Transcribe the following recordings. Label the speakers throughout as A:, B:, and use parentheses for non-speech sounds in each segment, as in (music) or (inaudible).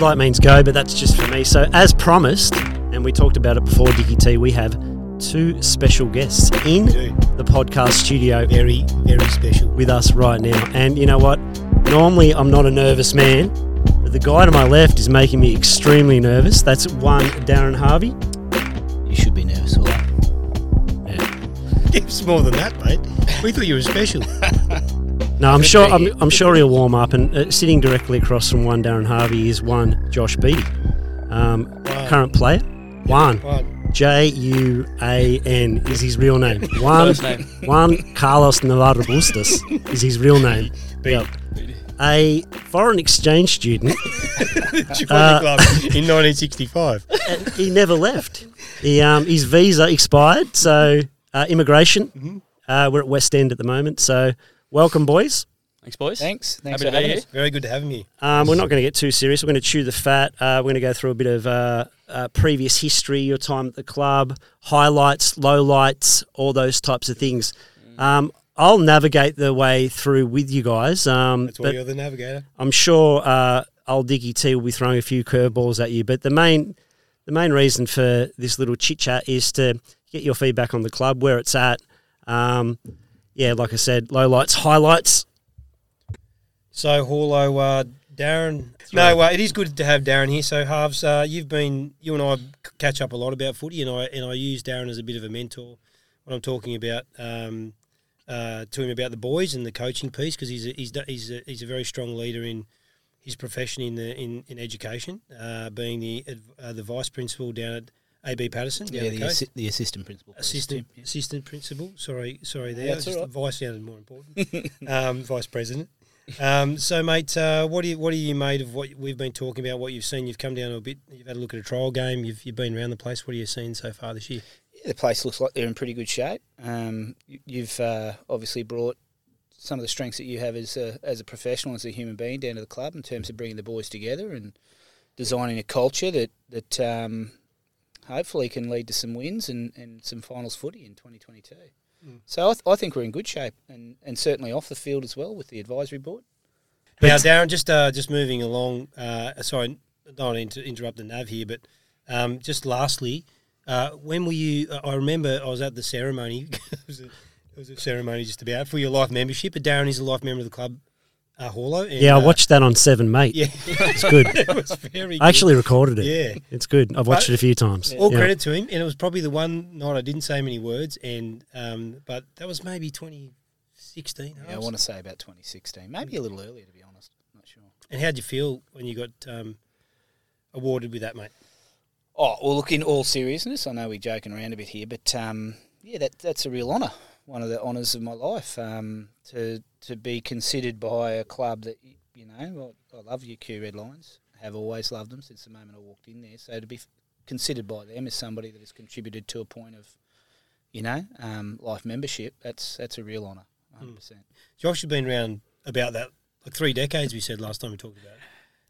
A: light means go, but that's just for me. So, as promised, and we talked about it before, Dicky T, we have two special guests in
B: do.
A: the podcast studio
B: Very, very special.
A: with us right now. And you know what? Normally, I'm not a nervous man, but the guy to my left is making me extremely nervous. That's one, Darren Harvey.
C: You should be nervous, all right?
B: It's more than that, mate. We thought you were
C: (laughs)
B: special.
A: No, I'm
C: Good
A: sure.
C: to
A: I'm,
C: hear.
A: I'm sure he'll warm up. And uh, sitting directly across from one Darren Harvey is one Josh Beattie, um, current player. Juan
B: One.
A: J U A N is his real
C: (laughs)
A: name. Juan
C: First name.
A: Juan Carlos Navarro Bustos is his real
C: (laughs)
A: name. Yep. A foreign exchange student.
B: Joined the
C: Uh,
B: club in 1965.
A: and he never left. He, um, his visa expired, so uh, immigration.
C: Mm-hmm.
A: Uh, we're at West End at the moment, so welcome, boys.
D: Thanks, boys.
C: Thanks. Thanks for
D: Happy to be
C: having
D: here.
C: us.
B: Very good to have me.
A: Um, we're not going to get too serious. We're going to chew the fat. Uh, we're going to go through a bit of uh, uh, previous history, your time at the club, highlights, lowlights, all those types of things. Um, I'll navigate the way through with you guys, um,
B: That's why
A: but
B: you're the navigator.
A: I'm sure uh, old Diggy T will be throwing a few curveballs at you. But the main the main reason for this little chit chat is to get your feedback on the club, where it's at. Um, yeah, like I said, lowlights, highlights.
B: So, Horlo, uh, Darren. No, uh, it is good to have Darren here. So, Halves, uh, you've been, you and I c- catch up a lot about footy, and I and I use Darren as a bit of a mentor when I'm talking about um, uh, to him about the boys and the coaching piece because he's a, he's a, he's, a, he's a very strong leader in his profession in the in, in education, uh, being the ad- uh, the vice principal down at AB Patterson. down
C: Yeah,
B: the
C: the,
B: coast.
C: assi- the assistant principal.
B: assistant
C: Yeah.
B: assistant principal. Sorry, sorry, there.
C: That's
B: Just
C: all right.
B: the Vice sounded more important. um, vice president. Um, so, mate, uh, what do you what are you made of what we've been talking about? What you've seen? You've come down to a bit. You've had a look at a trial game. You've, you've been around the place. What are you seeing so far this year?
C: Yeah, the place looks like they're in pretty good shape. Um, you, you've uh, obviously brought some of the strengths that you have as a, as a professional, as a human being, down to the club in terms of bringing the boys together and designing a culture that that um, hopefully can lead to some wins and, and some finals footy in 2022. So I, th- I think we're in good shape, and, and certainly off the field as well with the advisory board.
B: Now, Darren, just uh, just moving along. Uh, sorry, I don't want to inter- interrupt the nav here, but um, just lastly, uh, when were you? I- I remember I was at the ceremony. (laughs) it, was a, it was a ceremony just about for your life membership. But Darren is a life member of the club, uh, Horlo. and,
A: Yeah, I
B: uh,
A: watched that on Seven Mate.
B: (laughs) Yeah,
A: It's good.
B: it was very.
A: I actually recorded it.
B: Yeah.
A: It's good. I've watched
B: But-
A: it a few times.
B: good. all
A: Yeah.
B: credit to him, and it was probably the one night I didn't say many words, and um, but that was maybe 2016.
C: Yeah, I want to say about 2016, maybe a little earlier to be honest. Not sure.
B: and how'd you feel when you got um, awarded with that, mate?
C: Oh well, look. In all seriousness, I know we're joking around a bit here, but um, yeah, that that's a real honour. One of the honours of my life um, to to be considered by a club that y- you know I, I love UQ Red Lions. Have always loved them since the moment I walked in there. So to be f- considered by them as somebody that has contributed to a point of you know um, life membership, that's that's a real honour.
B: Hmm.
C: 100%.
B: Josh has been around about that like three decades. We said last time we talked about it.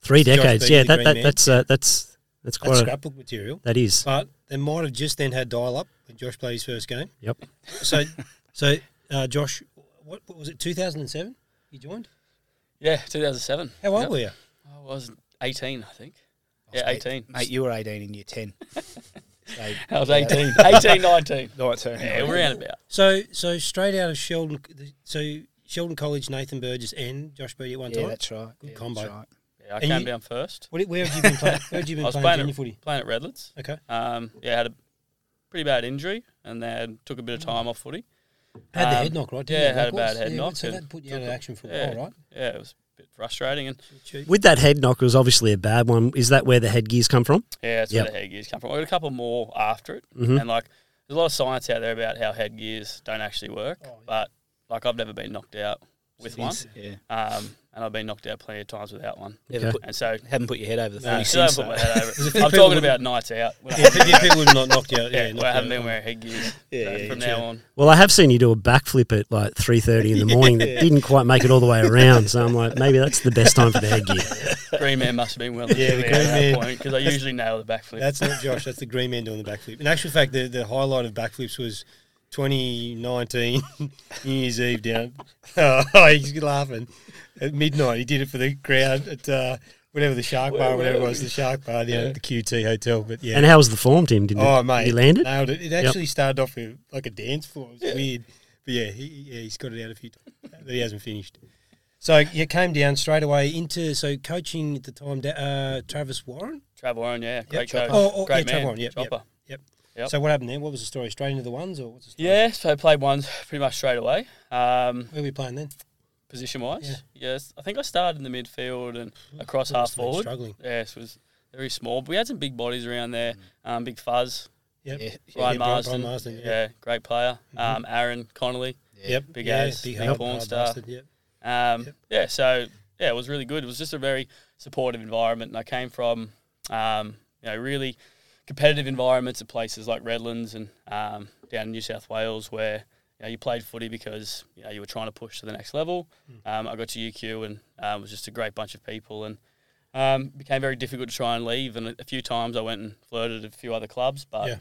A: Three
B: Josh
A: decades.
B: being
A: Yeah,
B: the
A: that,
B: green
A: that
B: man.
A: that's uh, that's that's
B: that's
A: quite. a,
B: scrapbook material.
A: that is.
B: But they might have just then had dial up when Josh played his first game.
A: Yep. (laughs)
B: So, so uh, Josh, what, what was it? 2007. You joined.
D: Yeah, 2007.
B: How old
D: Yep.
B: were you?
D: I was 18, I think. Yeah, 18.
C: Mate, you were 18 in year
B: (laughs)
C: 10.
D: I was 18. 18, 19.
C: Right, so
D: Yeah, we're around about.
B: So, so straight out of Sheldon, so Sheldon College, Nathan Burgess and Josh Beattie at one
C: Yeah,
B: time.
C: that's right.
B: Good
C: Yeah, that's
B: combo.
C: right.
D: Yeah, I
B: And
D: came
B: you-
D: down first.
B: What, where have you been (laughs) playing? Where have you
D: I
B: been
D: was
B: playing,
D: playing
B: junior
D: at,
B: footy?
D: playing at Redlands.
B: Okay.
D: Um, yeah, had a pretty bad injury and then took a bit
B: Mm.
D: of time off footy.
B: Had the
D: Um,
B: head knock, right?
D: yeah,
B: you?
D: had a
B: Knock-offs?
D: bad head
B: yeah,
D: knock
B: So
D: and
B: that put you out of action for a
D: Yeah,
B: while, right?
D: Yeah, it was a bit frustrating. And
B: Cheap.
A: With that head knock, it was obviously a bad one. Is that where the headgears come from?
D: yeah, that's
A: Yep.
D: where the headgears come from. I got a couple more after it.
B: Mm-hmm.
D: And like, there's a lot of science out there about how headgears don't actually work.
B: Oh,
D: But like, I've never been knocked out with one.
C: Yeah.
D: Um, and I've been knocked out plenty of times without one.
C: Never
A: Okay.
C: put-
D: And so
C: haven't put your head over the
D: No,
C: fence.
D: still haven't put my
B: (laughs)
D: head over it. I'm talking about nights out. When I-
B: Yeah, people- people would not knocked you out.
D: yeah,
B: Yeah,
D: well, I haven't been
B: where.
D: wearing headgear
C: Yeah,
D: uh,
C: yeah,
D: from
C: yeah,
D: now
C: sure.
D: on.
A: Well, I have seen you do a backflip at like three thirty in
B: (laughs)
A: the morning that didn't quite make it all the way around. So I'm like, maybe that's the best time for the
B: (laughs)
A: headgear.
D: Green man must have been well
B: Yeah,
D: yeah,
B: the
D: at
B: green
D: that
B: man.
D: point because I usually nail the backflip.
B: That's not Josh. That's the green man doing the backflip. In actual fact, the, the highlight of backflips was 2019 (laughs) New Year's Eve (laughs) down. Oh, he's laughing at midnight. He did it for the crowd at uh, whatever the shark bar, whatever it
D: where-
B: was, the shark bar, yeah,
D: Yeah.
B: the QT hotel. But yeah,
A: And how was the form, Tim? Did,
B: oh
A: it,
B: mate,
A: did he land it?
B: Nailed it. It actually started off with like a dance floor. It was weird, but yeah, he, yeah, he's got it out a few times that he hasn't finished. So yeah, came down straight away into so coaching at the time, Da- uh, Travis Warren.
D: Trav Warren, yeah, great coach,
B: Chopper. Oh, oh,
D: great
B: yeah, Trav
D: man,
B: Warren, yep, yep.
D: chopper. Yep.
B: So what happened there? What was the story? Straight into the ones or what's the story?
D: Yeah, so played ones pretty much straight away. Um,
B: Where were we playing then?
D: position wise, yes, I think I started in the midfield and across
B: Mm. Must have
D: half
B: been
D: forward.
B: Struggling.
D: Yes, was very small. But we had some big bodies around there. Um, big Fuzz,
B: Yep.
C: Yeah.
D: Ryan
B: Brian-
D: Marsden,
B: Brian Marsden, yeah. Mm-hmm.
D: yeah. great player. Um, Aaron Connolly,
B: Yep.
D: Big
B: yeah,
D: As,
B: Big
D: big
B: hard,
D: Born
B: hard
D: Star.
B: bastard, Yep.
D: Um,
B: Yep.
D: Yeah, so yeah, it was really good. It was just a very supportive environment, and I came from um, you know really competitive environments at places like Redlands and um, down in New South Wales where. You, know, you played footy because you, know, you were trying to push to the next level.
B: Hmm.
D: Um, I got to UQ and um, it was just a great bunch of people and um, became very difficult to try and leave. And a- a few times I went and flirted at a few other clubs, but
B: Yeah.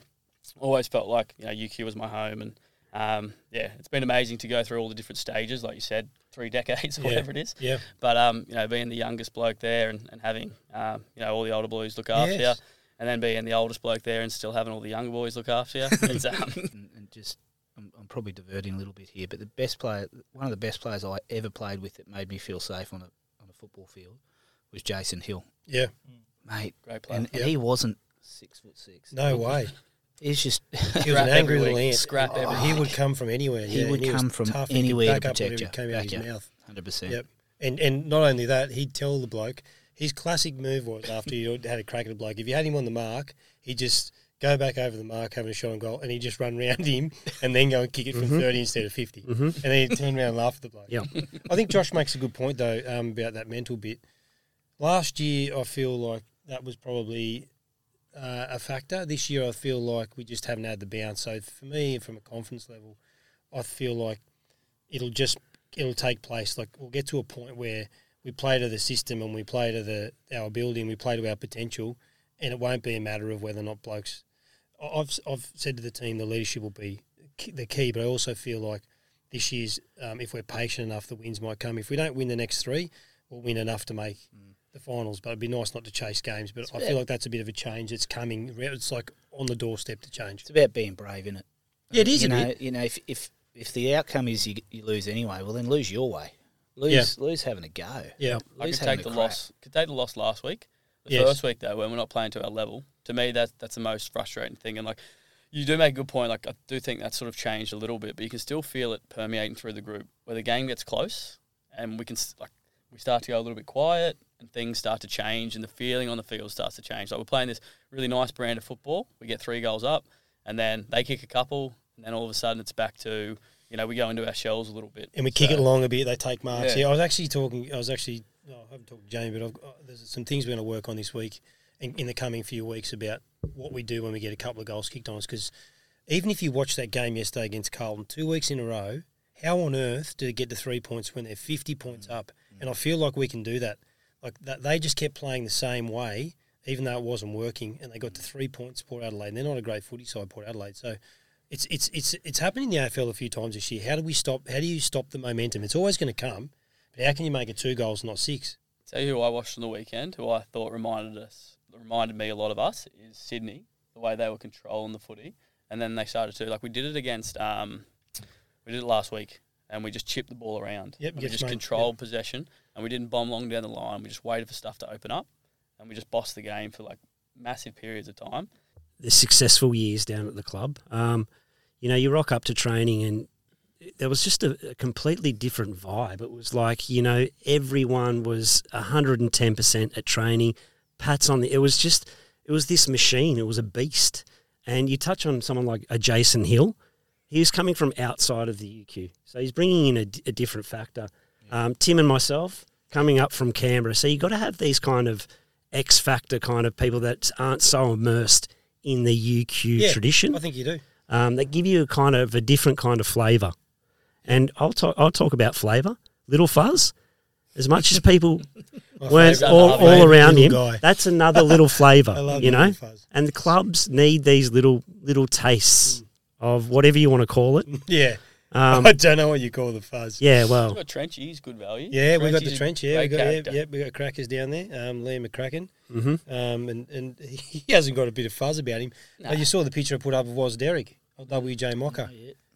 D: always felt like you know UQ was my home. And um, yeah, it's been amazing to go through all the different stages, like you said, three (laughs) decades or
B: Yeah.
D: whatever it is.
B: Yeah.
D: But um, you know, being the youngest bloke there and, and having um, you know all the older boys look after
B: Yes.
D: you, and then being the oldest bloke there and still having all the younger boys look after you. it's, um,
C: and, and just I'm, I'm probably diverting a little bit here, but the best player, one of the best players I ever played with that made me feel safe on a on a football field was Jason Hill,
B: Yeah.
C: mate,
D: great player.
C: and, and
B: Yep.
C: he wasn't six foot six.
B: No way.
C: He's just (laughs)
B: He was an
D: Scrap
B: angry
D: every
B: little
D: week.
B: ant.
D: Scrap every
B: He would come from anywhere.
C: He
B: yeah,
C: would
B: and was
C: come from
B: tough and he'd
C: anywhere to
B: back up
C: protect
B: whatever
C: you,
B: Came out
C: back
B: of
C: you.
B: his mouth.
C: hundred percent.
B: Yep. And and not only that, he'd tell the bloke his classic move was after you had a crack at a bloke. If you had him on the mark, he'd just go back over the mark, having a shot on goal, and he'd just run round (laughs) him and then go and kick it from thirty instead of 50 and then he'd turn around and laugh at the bloke.
A: Yeah.
B: I think Josh makes a good point though um, about that mental bit. Last year, I feel like that was probably uh, a factor. This year, I feel like we just haven't had the bounce. So for me, from a confidence level, I feel like it'll just it'll take place. Like we'll get to a point where we play to the system and we play to the our ability and we play to our potential, and it won't be a matter of whether or not blokes. I- I've I've said to the team the leadership will be key- the key, but I also feel like this year's um, if we're patient enough, the wins might come. If we don't win the next three, we'll win enough to make. The finals, but it'd be nice not to chase games. But I feel like that's a bit of a change that's coming. It's like on the doorstep to change.
C: It's about being brave, isn't it? Uh,
B: Yeah, it is
C: You
B: a
C: know,
B: bit.
C: you know, if if if the outcome is you, you lose anyway, well then lose your way. Lose lose having a go.
B: Yeah,
D: I could
C: Lose having
D: take the
C: a crack.
D: loss. Could take the loss last week. The
B: Yes.
D: first week though, when we're not playing to our level, to me that's that's the most frustrating thing. And like, you do make a good point. Like I do think that's sort of changed a little bit, but you can still feel it permeating through the group where the game gets close and we can s- like we start to go a little bit quiet and things start to change and the feeling on the field starts to change. Like we're playing this really nice brand of football. We get three goals up and then they kick a couple and then all of a sudden it's back to you know we go into our shells a little bit
B: and we kick
D: So-
B: it along a bit. They take marks. Yeah,
D: Yeah.
B: I was actually talking. I was actually. No, I haven't talked to Jamie, but I've, uh, there's some things we're going to work on this week and in the coming few weeks about what we do when we get a couple of goals kicked on us. Because even if you watch that game yesterday against Carlton, two weeks in a row, how on earth do they get the three points when they're 50 points up? And I feel like we can do that. Like that, they just kept playing the same way, even though it wasn't working, and they got to three points. Port Adelaide, and they're not a great footy side, Port Adelaide. So it's it's it's it's happened in the AFL a few times this year. How do we stop? How do you stop the momentum? It's always going to come, but how can you make it two goals, not six?
D: Tell you who I watched on the weekend, who I thought reminded us, reminded me a lot of us, is Sydney. The way they were controlling the footy, and then they started to like we did it against, um, we did it last week, and we just chipped the ball around.
B: Yep,
D: And we
B: yes,
D: just
B: mate.
D: controlled possession, and we didn't bomb long down the line. We just waited for stuff to open up, and we just bossed the game for like massive periods of time.
A: the successful years down at the club. Um, you know, you rock up to training and there was just a, a completely different vibe. It was like, you know, everyone was 110% at training, pats on the. It was just, it was this machine, it was a beast. And you touch on someone like a Jason Hill, he was coming from outside of the UQ. So he's bringing in a, d- a different factor. Um, Tim and myself coming up from Canberra. So you've got to have these kind of X factor kind of people that aren't so immersed in the UQ tradition
B: I think you do.
A: um, that give you a kind of a different kind of flavour. And I'll talk. I'll talk about flavour. Little Fuzz, as much as
B: (laughs)
A: people weren't
D: favourite-
A: all,
D: my
A: all
B: favourite
A: around him,
B: little guy.
A: that's another little flavour.
B: (laughs) I love
A: you
B: Little
A: know,
B: Fuzz.
A: and
B: (laughs)
A: the clubs need these little little tastes of whatever you want to call it.
B: Yeah,
A: Um,
B: (laughs) I don't know what you call the fuzz.
A: yeah, well,
D: We've got Trenchy, he's good value.
B: Yeah, we got the
D: Trenchy's a
B: trench. Yeah, we
D: great
B: got yeah,
D: character.
B: yeah, we got crackers down there. Um, Liam McCracken,
A: hmm
B: um, and and (laughs) he hasn't got a bit of fuzz about him.
D: Nah. Oh,
B: Uh, you saw the picture I put up of Was Derrick, of WJ Mocker.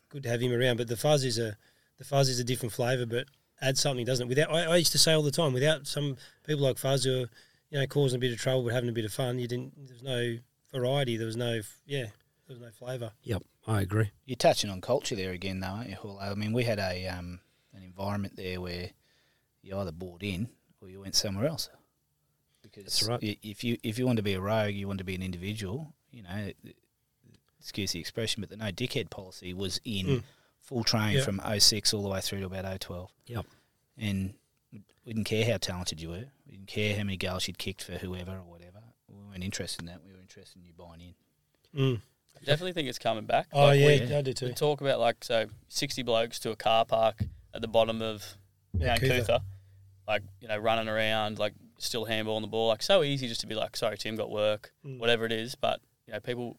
B: Good to have him around, but the fuzz is a the fuzz is a different flavour, but adds something, doesn't it? Without I, I used to say all the time, without some people like Fuzz who are you know causing a bit of trouble but having a bit of fun, you didn't. There was no variety. There was no yeah. There was no flavour.
A: yep, I agree.
C: You're touching on culture there again, though, aren't you, Hall? I mean, we had a um, an environment there where you either bought in or you went somewhere else. Because
A: That's right.
C: i- if you if you want to be a rogue, you want to be an individual. You know, th- excuse the expression, but the no dickhead policy was in
B: Mm.
C: full train
B: Yeah.
C: from 06 all the way through to about 012.
A: Yep.
C: And we didn't care how talented you were. We didn't care how many goals you'd kicked for whoever or whatever. We weren't interested in that. We were interested in you buying in.
B: Mm.
D: I definitely think it's coming back.
B: Oh
D: Like,
B: yeah,
D: we-
B: I do too.
D: We talk about like so sixty blokes to a car park at the bottom of
B: Yeah,
D: Mount
B: Cooper.
D: Cootha, like you know, running around, like still handballing the ball, like so easy just to be like, sorry, Tim got work,
B: Mm.
D: whatever it is. But you know, people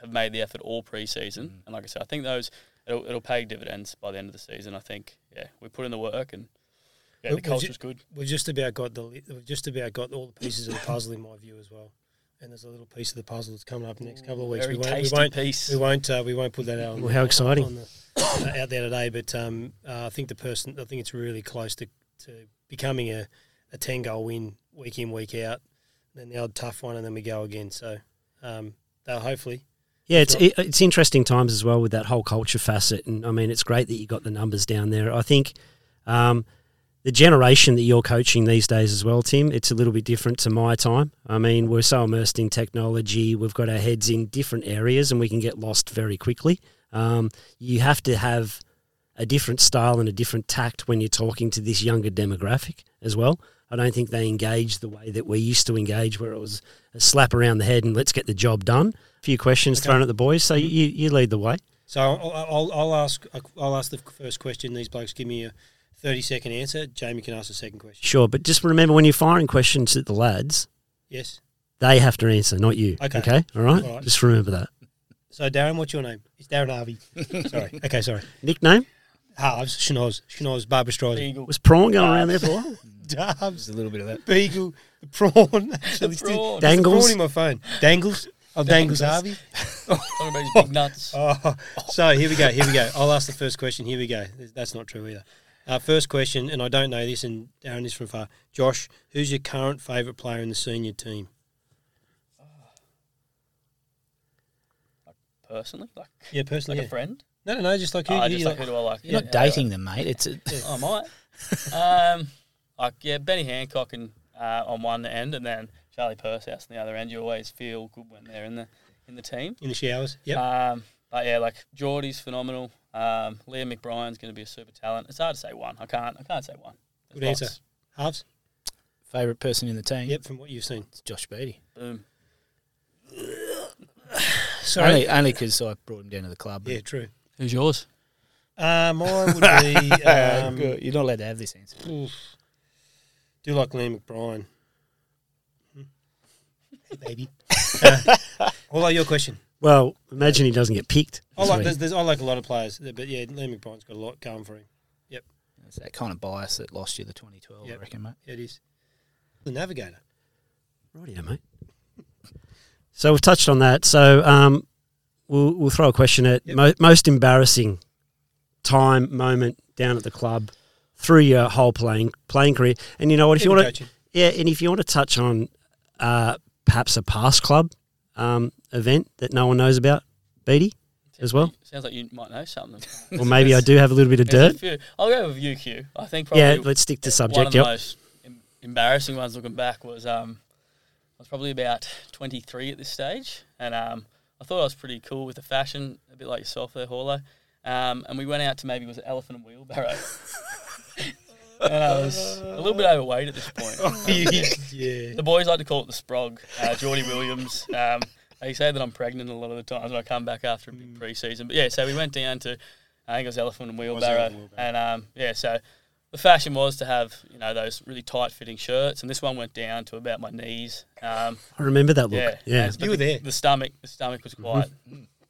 D: have made the effort all preseason,
C: Mm.
D: and like I said, I think those it'll, it'll pay dividends by the end of the season. I think, yeah, we put in the work, and yeah,
B: Well,
D: the
B: was
D: culture's
B: it-
D: good.
B: We've just about got the li- we've just about got all the pieces of the puzzle in my view as well. And there's a little piece of the puzzle that's coming up in the next couple of weeks.
D: Very
B: we won't we
D: tasty
B: won't
D: piece.
B: we won't, uh, we won't put that out. on
A: Well, how exciting.
B: on the, uh, out there today, but um, uh, I think the person I think it's really close to, to becoming a, a ten goal win week in week out. Then the odd tough one, and then we go again. So um, they'll hopefully
A: Yeah, it's it, it's interesting times as well with that whole culture facet, and I mean, it's great that you got the numbers down there. I think um, the generation that you're coaching these days as well, Tim, it's a little bit different to my time. I mean, we're so immersed in technology, we've got our heads in different areas, and we can get lost very quickly. Um, you have to have a different style and a different tact when you're talking to this younger demographic as well. I don't think they engage the way that we used to engage, where it was a slap around the head and let's get the job done. A few questions thrown at the boys, so
B: Mm-hmm.
A: you, you lead the way.
B: So I'll, I'll, I'll ask I'll ask the first question. These blokes give me a thirty second answer. Jamie can ask the second question.
A: Sure, but just remember when you're firing questions at the lads,
B: Yes.
A: they have to answer, not you.
B: Okay.
A: All right?
B: All right.
A: Just remember that.
B: So Darren, what's your name? It's Darren Harvey. sorry. Okay. Sorry.
A: Nickname
B: Halves. Schnoz. Schnoz. Barbara Streisand.
D: Eagle.
A: was prawn going around there for a
B: (laughs)
A: while.
B: Darbs.
C: a little bit of that.
B: Beagle. The prawn. Actually,
D: The
B: There's a
D: prawn.
A: Dangles.
B: prawn in my phone. Dangles. Oh, Dangles Harvey.
D: Talking about his
B: (laughs)
D: big nuts.
B: Oh, so here we go. Here we go. I'll ask the first question. Here we go. That's not true either. Uh, first question, and I don't know this, and Darren is from far. Josh, who's your current favourite player in the senior team?
D: Personally, like
B: Yeah,
D: like
B: personally.
D: a friend.
B: No, no, no. Just like who,
D: Ah,
B: who
D: just
B: you
D: like,
B: like.
D: who do I like?
C: You're
D: Yeah,
C: not
D: yeah,
C: dating them, mate. It's a, (laughs)
D: I might. Oh, um, like yeah, Benny Hancock and uh, on one end, and then Charlie Pursehouse on the other end. You always feel good when they're in the in the team.
B: in the showers. Yep.
D: Um, but yeah, like Geordie's phenomenal. Um, Liam McBrien's going to be a super talent. It's hard to say one. I can't. I can't say one. There's
B: Good answer.
D: lots.
B: Halves.
C: Favorite person in the team?
B: Yep, from what you've seen.
C: It's Josh Beatty.
D: Boom.
B: Sorry.
C: Only only because I brought him down to the club.
B: Yeah, true.
D: Who's yours?
B: Uh, mine would be.
C: Um,
B: Um,
C: You're not allowed to have this answer.
B: oof. Do like Liam McBride. Hmm. Hey, baby. (laughs) uh, what about your question?
A: Well, imagine he doesn't get picked.
B: I like
A: Sweet.
B: there's, there's I like a lot of players, but yeah, Liam McBride's got a lot going for him.
C: It's that kind of bias that lost you the 2012,
B: Yep.
C: I
B: (laughs)
C: reckon, mate.
B: It is the navigator.
A: Rightio, mate. So we've touched on that. So um, we'll, we'll throw a question at
B: Yep.
A: mo- most embarrassing time moment down at the club through your whole playing playing career. And you know what? If you
B: Even
A: want to,
B: coaching.
A: yeah, and if you want to touch on uh, perhaps a past club um, event that no one knows about, Beatty, As well?
D: Sounds like you might know something.
A: or maybe I do have a little bit of
D: There's a
A: dirt.
D: few- I'll go with UQ. I think probably
A: Yeah, let's stick to
D: One of
A: subject.
D: the
A: Yep.
D: most em- embarrassing ones looking back was um, I was probably about 23 at this stage, and um, I thought I was pretty cool with the fashion, a bit like yourself there, Hauler. Um, and we went out to maybe was it Elephant and Wheelbarrow. (laughs) and I was a little bit overweight at this point.
A: (laughs)
B: (laughs) yeah.
D: The boys like to call it the sprog. Uh, Geordie Williams. Um, they say that I'm pregnant a lot of the times when I come back after a big pre-season. But yeah, so we went down to I think it was Elephant and Wheelbarrow,
B: Elephant and Wheelbarrow.
D: and um, yeah, so the fashion was to have you know those really tight-fitting shirts, and this one went down to about my knees. Um,
A: I remember that look.
D: yeah,
A: Yeah.
D: But
B: You were
D: the-
B: there.
D: The stomach, the stomach was quite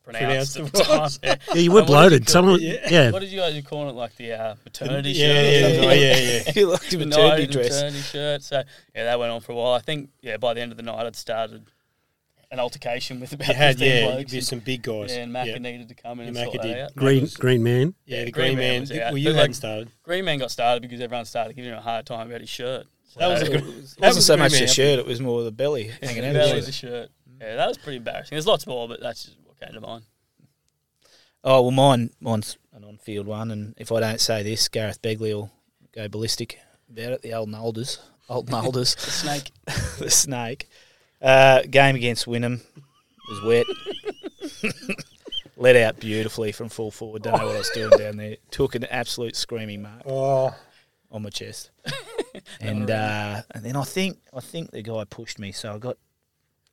D: pronounced at the time.
B: Pronounced.
D: (laughs) Yeah.
A: Yeah, you were
D: And what did
A: bloated.
D: you
A: Someone,
B: Yeah.
A: yeah.
D: What did you guys call it? Like the uh, maternity
B: Yeah,
D: shirt? or
B: yeah,
D: something
B: yeah,
D: like
B: yeah,
D: that?
B: yeah.
C: he (laughs) liked a
D: The
C: maternity
D: night,
B: uh,
C: dress.
D: maternity shirt. So yeah, that went on for a while. I think yeah, by the end of the night, I'd started an altercation with about
B: You had,
D: fifteen
B: yeah,
D: blokes.
B: there's some
D: And,
B: big guys.
D: yeah, and Macca
B: yeah.
D: needed to come in
B: Yeah,
D: and
B: Macca
D: sort
B: did.
D: that out.
A: Green Green Man.
B: Yeah,
D: Yeah,
B: the
D: Green
B: Green
D: Man
B: Man.
D: was out.
B: Well, you
D: But, like,
B: hadn't started.
D: Green Man got started because everyone started giving him a hard time about his shirt.
B: That was a
D: So-
B: good.
C: It wasn't so
B: Green
C: much
B: Man.
C: the shirt; it was more the belly hanging out.
D: Barely
C: of
D: the
C: it.
D: shirt. Yeah, that was pretty embarrassing. There's lots more, but that's just what came to mind.
C: Oh well, mine, mine's an on-field one, and if I don't say this, Gareth Begley will go ballistic about it. The old Nolders,
B: (laughs)
C: old Nolders,
D: The snake.
C: the snake. Uh, game against Wynnum was wet. Let out beautifully from full forward. Don't know what I was doing down there. Took an absolute screaming mark
B: Oh,
C: on my chest, and uh, and then I think I think the guy pushed me, so I got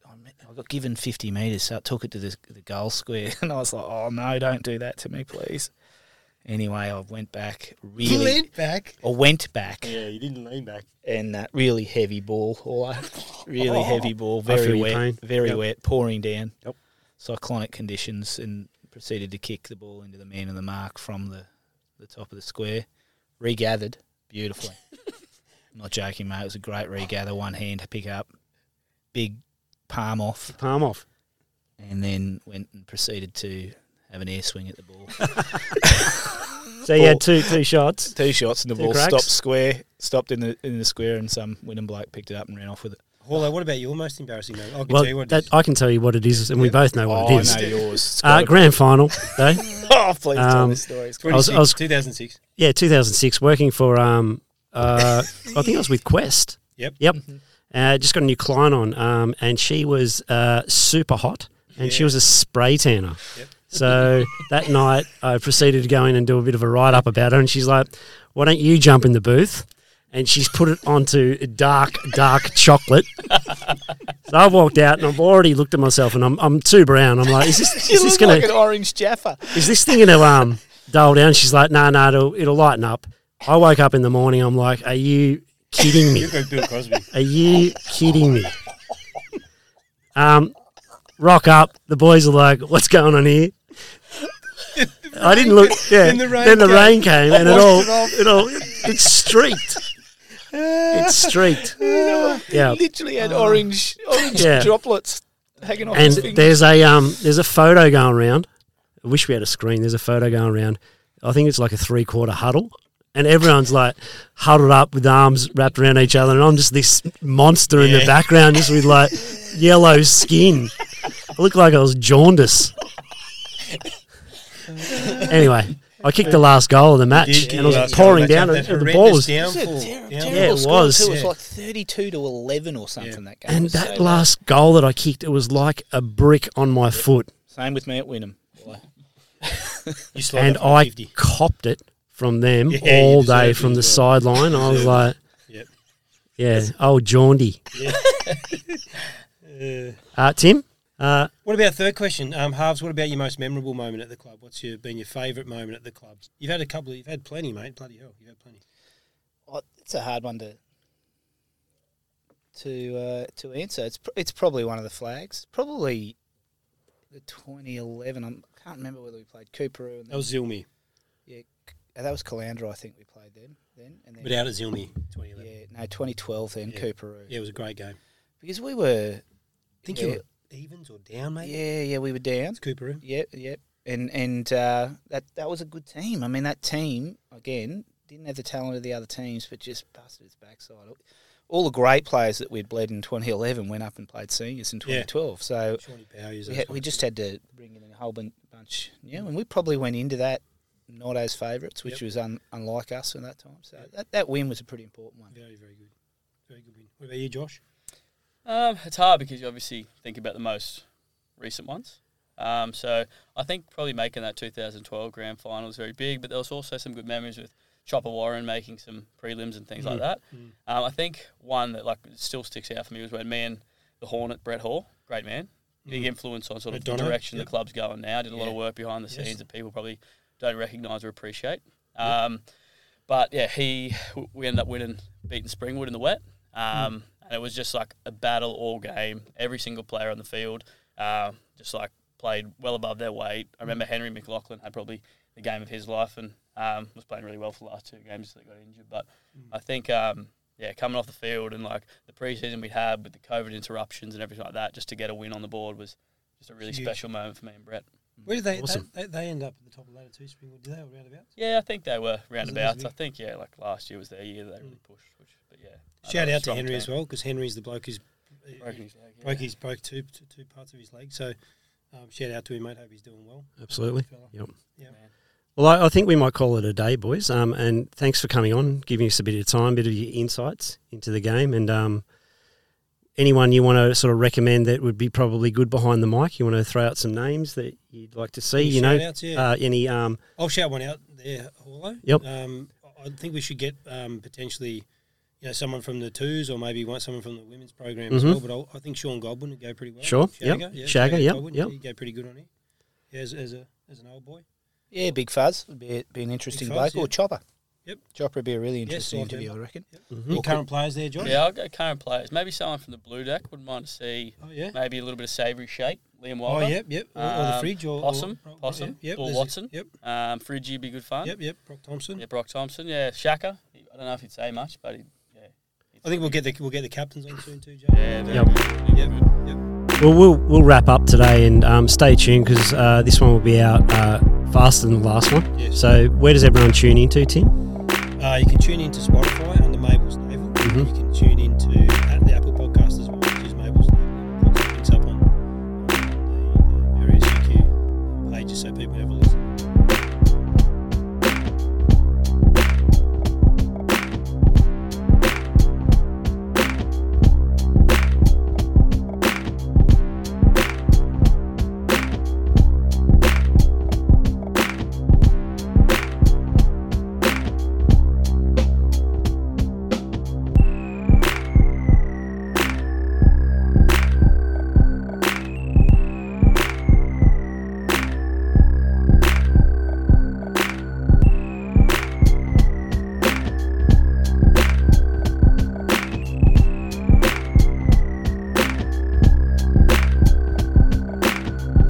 C: I me- I got given fifty meters, so I took it to the, the goal square, (laughs) and I was like, oh no, don't do that to me, please. Anyway, I went back
B: you
C: really.
B: leaned back.
C: I went back
B: Yeah, you didn't lean back.
C: and that really heavy ball, all over, really heavy ball, very
A: feel Oh. your
C: wet,
A: pain.
C: very
A: Yep.
C: wet, pouring down.
A: Yep.
C: Cyclonic conditions, and proceeded to kick the ball into the man of the mark from the, the top of the square. Regathered beautifully.
A: (laughs)
C: I'm not joking, mate. It was a great regather, one hand to pick up, big palm off,
A: Palm off.
C: and then went and proceeded to have an air swing at
A: (laughs)
C: the ball.
A: So you had two two shots.
C: Two shots, and the
A: Two
C: ball
A: cracks.
C: stopped square, stopped in the in the square, and some winning bloke picked it up and ran off with it.
B: Holo, what about your most embarrassing moment? I can
A: Well,
B: tell you what. it
A: that,
B: is.
A: I can tell you what it is, and we both know what
C: oh,
A: it is.
C: I know yours. It's
A: Uh,
C: gotta be-
A: grand final, though.
B: (laughs)
C: oh, please
A: Um,
C: story. It's
A: I was- I was-
B: 2006.
A: Yeah, 2006, working for, um, uh, I think I was with Quest.
B: Yep. Mm-hmm.
A: Yep. Uh, just got a new client on, um, and she was uh, super hot, and she
B: Yeah.
A: was a spray tanner. So that night, I proceeded to go in and do a bit of a write up about her, and she's like, "Why don't you jump in the booth?" And she's put it onto dark, dark chocolate. so I've walked out, and I've already looked at myself, and I'm, I'm too brown. I'm like, "Is
B: (laughs)
A: this, is this gonna?"
C: like an orange Jaffa.
A: is this thing going to um, dull down? She's like, no, no, it'll, it'll lighten up. I woke up in the morning. I'm like, are you kidding me?
B: You've got (laughs) Bill Cosby.
A: Are you kidding me? Um, rock up. The boys are like, what's going on here? I didn't look. Yeah.
B: then the rain
A: then the
B: came.
A: rain came, and it
B: washed (laughs)
A: all,
B: it off.
A: it all, it's streaked. It's streaked.
B: (laughs)
A: Yeah. Oh.
C: Literally had orange, orange
A: Yeah.
C: droplets hanging off
A: and
C: his fingers.
A: there's a um, there's a photo going around. I wish we had a screen. There's a photo going around. I think it's like a three quarter huddle, and everyone's like huddled up with arms wrapped around each other, and I'm just this monster in the
B: Yeah.
A: background, just with like yellow skin. I look like I was jaundice. anyway, I kicked the last goal of the match, and I was pouring down, and, and the ball was.
B: Down
C: It's a ter- terrible
A: Yeah, it
C: score
A: was.
C: Too. It was
B: Yeah.
C: like thirty-two to eleven or something. That game. It
A: And
C: was so
A: that
C: bad.
A: last goal that I kicked, it was like a brick on my foot.
C: Same with me at Wynnum.
B: You slide
A: and
B: up on
A: I
B: 50.
A: copped it from them
B: Yeah, you
A: all
B: deserved
A: day
B: it
A: from the
B: as
A: sideline. I was like,
B: Yep.
A: yeah, old jaundy. (laughs) Uh, Tim, uh,
B: What about third question, um, Harves? What about your most memorable moment at the club? What's your been your favourite moment at the club? You've had a couple. Of, you've had plenty, mate. Bloody hell, you've had plenty.
C: Oh, it's a hard one to to uh, to answer. It's pr- it's probably one of the flags. Probably the 2011. I'm, I can't remember whether we played Cooperoo. And
B: That was Zilmi,
C: yeah, C- that was Calandra. I think we played them then. And then
B: but out at Zilmi, 2011.
C: yeah, no, 2012 then
B: Yeah.
C: Cooperoo.
B: Yeah, it was a great game.
C: Because we were,
B: I think
C: Yeah.
B: you were evens or down, mate.
C: yeah, yeah, we were down.
B: It's Cooperoo.
C: Yep, yep. And and uh, that that was a good team. I mean, that team again didn't have the talent of the other teams, but just busted its backside. All the great players that we'd bled in 2011 went up and played seniors in
B: Yeah.
C: 2012. So
B: Shawnee Powers.
C: we, had, we just had to bring in a whole bun- bunch new, and we probably went into that not as favourites, which
B: Yep.
C: was un, unlike us at that time. So that, that win was a pretty important one.
B: very, very good, very good win. What about you, Josh?
D: Um, it's hard because you obviously think about the most recent ones. Um, so I think probably making that 2012 grand final was very big, but there was also some good memories with Chopper Warren making some prelims and things
B: Mm.
D: like that. Um, I think one that like still sticks out for me was when me and the Hornet Brett Hall, great man, big influence on sort of
B: Mm. Madonna,
D: the direction
B: yep.
D: the club's going now. Did a lot of
C: Yeah.
D: work behind the
B: Yes.
D: scenes that people probably don't recognise or appreciate. Um, But yeah, he w- we ended up winning, beating Springwood in the wet, um,
B: Hmm.
D: and it was just like a battle all game. Every single player on the field, uh, just like played well above their weight. I
B: Hmm.
D: remember Henry McLaughlin had probably the game of his life and um, was playing really well for the last two games that got injured. But
B: Hmm.
D: I think, um, yeah, coming off the field and like the preseason we had with the COVID interruptions and everything like that, just to get a win on the board was just a really
B: Huge.
D: special moment for me and Brett.
B: Where did they,
A: Awesome.
B: they, they they end up at the top of the ladder too? Springwood, did they or roundabouts?
D: Yeah, I think they were roundabouts.
B: Brisbane?
D: I think yeah, like last year was their year that they really pushed. Which, but yeah,
B: Shout out to Henry as well because Henry's the bloke who's
D: Broken his leg, yeah.
B: broke his broke two two- two parts of his leg. So um, shout out to him, mate. Hope he's doing well.
A: Absolutely.
B: Fella.
A: Yep.
B: Yeah.
A: Well, I, I think we might call it a day, boys. Um, and thanks for coming on, giving us a bit of time, bit of your insights into the game. And um, anyone you want to sort of recommend that would be probably good behind the mic, you want to throw out some names that you'd like to see,
B: Any
A: you know,
B: shout-outs? Yeah.
A: uh, any um,
B: I'll shout one out there, Horlo.
A: Yep.
B: Um, I- I think we should get um, potentially, you know, someone from the twos or maybe one someone from the women's program as
A: Mhm.
B: well. But I'll, I think Sean Godwin would go pretty well.
A: Sure, yep.
B: Shagger, yeah,
A: Shagger, yep,
B: Godwin,
A: yep. Mm-hmm.
B: He'd go pretty good on him. Yeah, as, as a as an old boy.
C: Yeah, Big Fuzz would be, be an interesting
B: Fuzz,
C: bloke. Or Chopper.
B: Yep.
C: Chopper would be a really interesting
B: I
C: interview, I
B: remember.
C: reckon.
B: Any current players there, John?
D: Yeah, I'll go current players. Maybe someone from the blue deck. Wouldn't mind to see
B: Oh yeah.
D: maybe a little bit of savoury shape. Liam
B: Oh
D: Wilder.
B: yep, yep. Or, or the
D: Um,
B: fridge or or-
D: Possum,
B: or-
D: Possum,
B: yeah, yep,
D: or
B: there's a-
D: Watson.
B: Yep,
D: Um, Friggy would be good fun.
B: yep, yep. Brock Thompson.
D: Yeah, Brock Thompson. Yeah, Shaka. I don't know if he'd say much, but he, yeah.
B: I think we'll get the we'll get the captains on soon too, John.
D: Yeah,
A: Yep.
D: very-
B: Yep. Yep.
A: Well, we'll we'll wrap up today and um, stay tuned because uh, this one will be out uh, faster than the last one.
B: Yes.
A: So, where does everyone tune into, Tim?
B: Uh, you can tune into Spotify uh,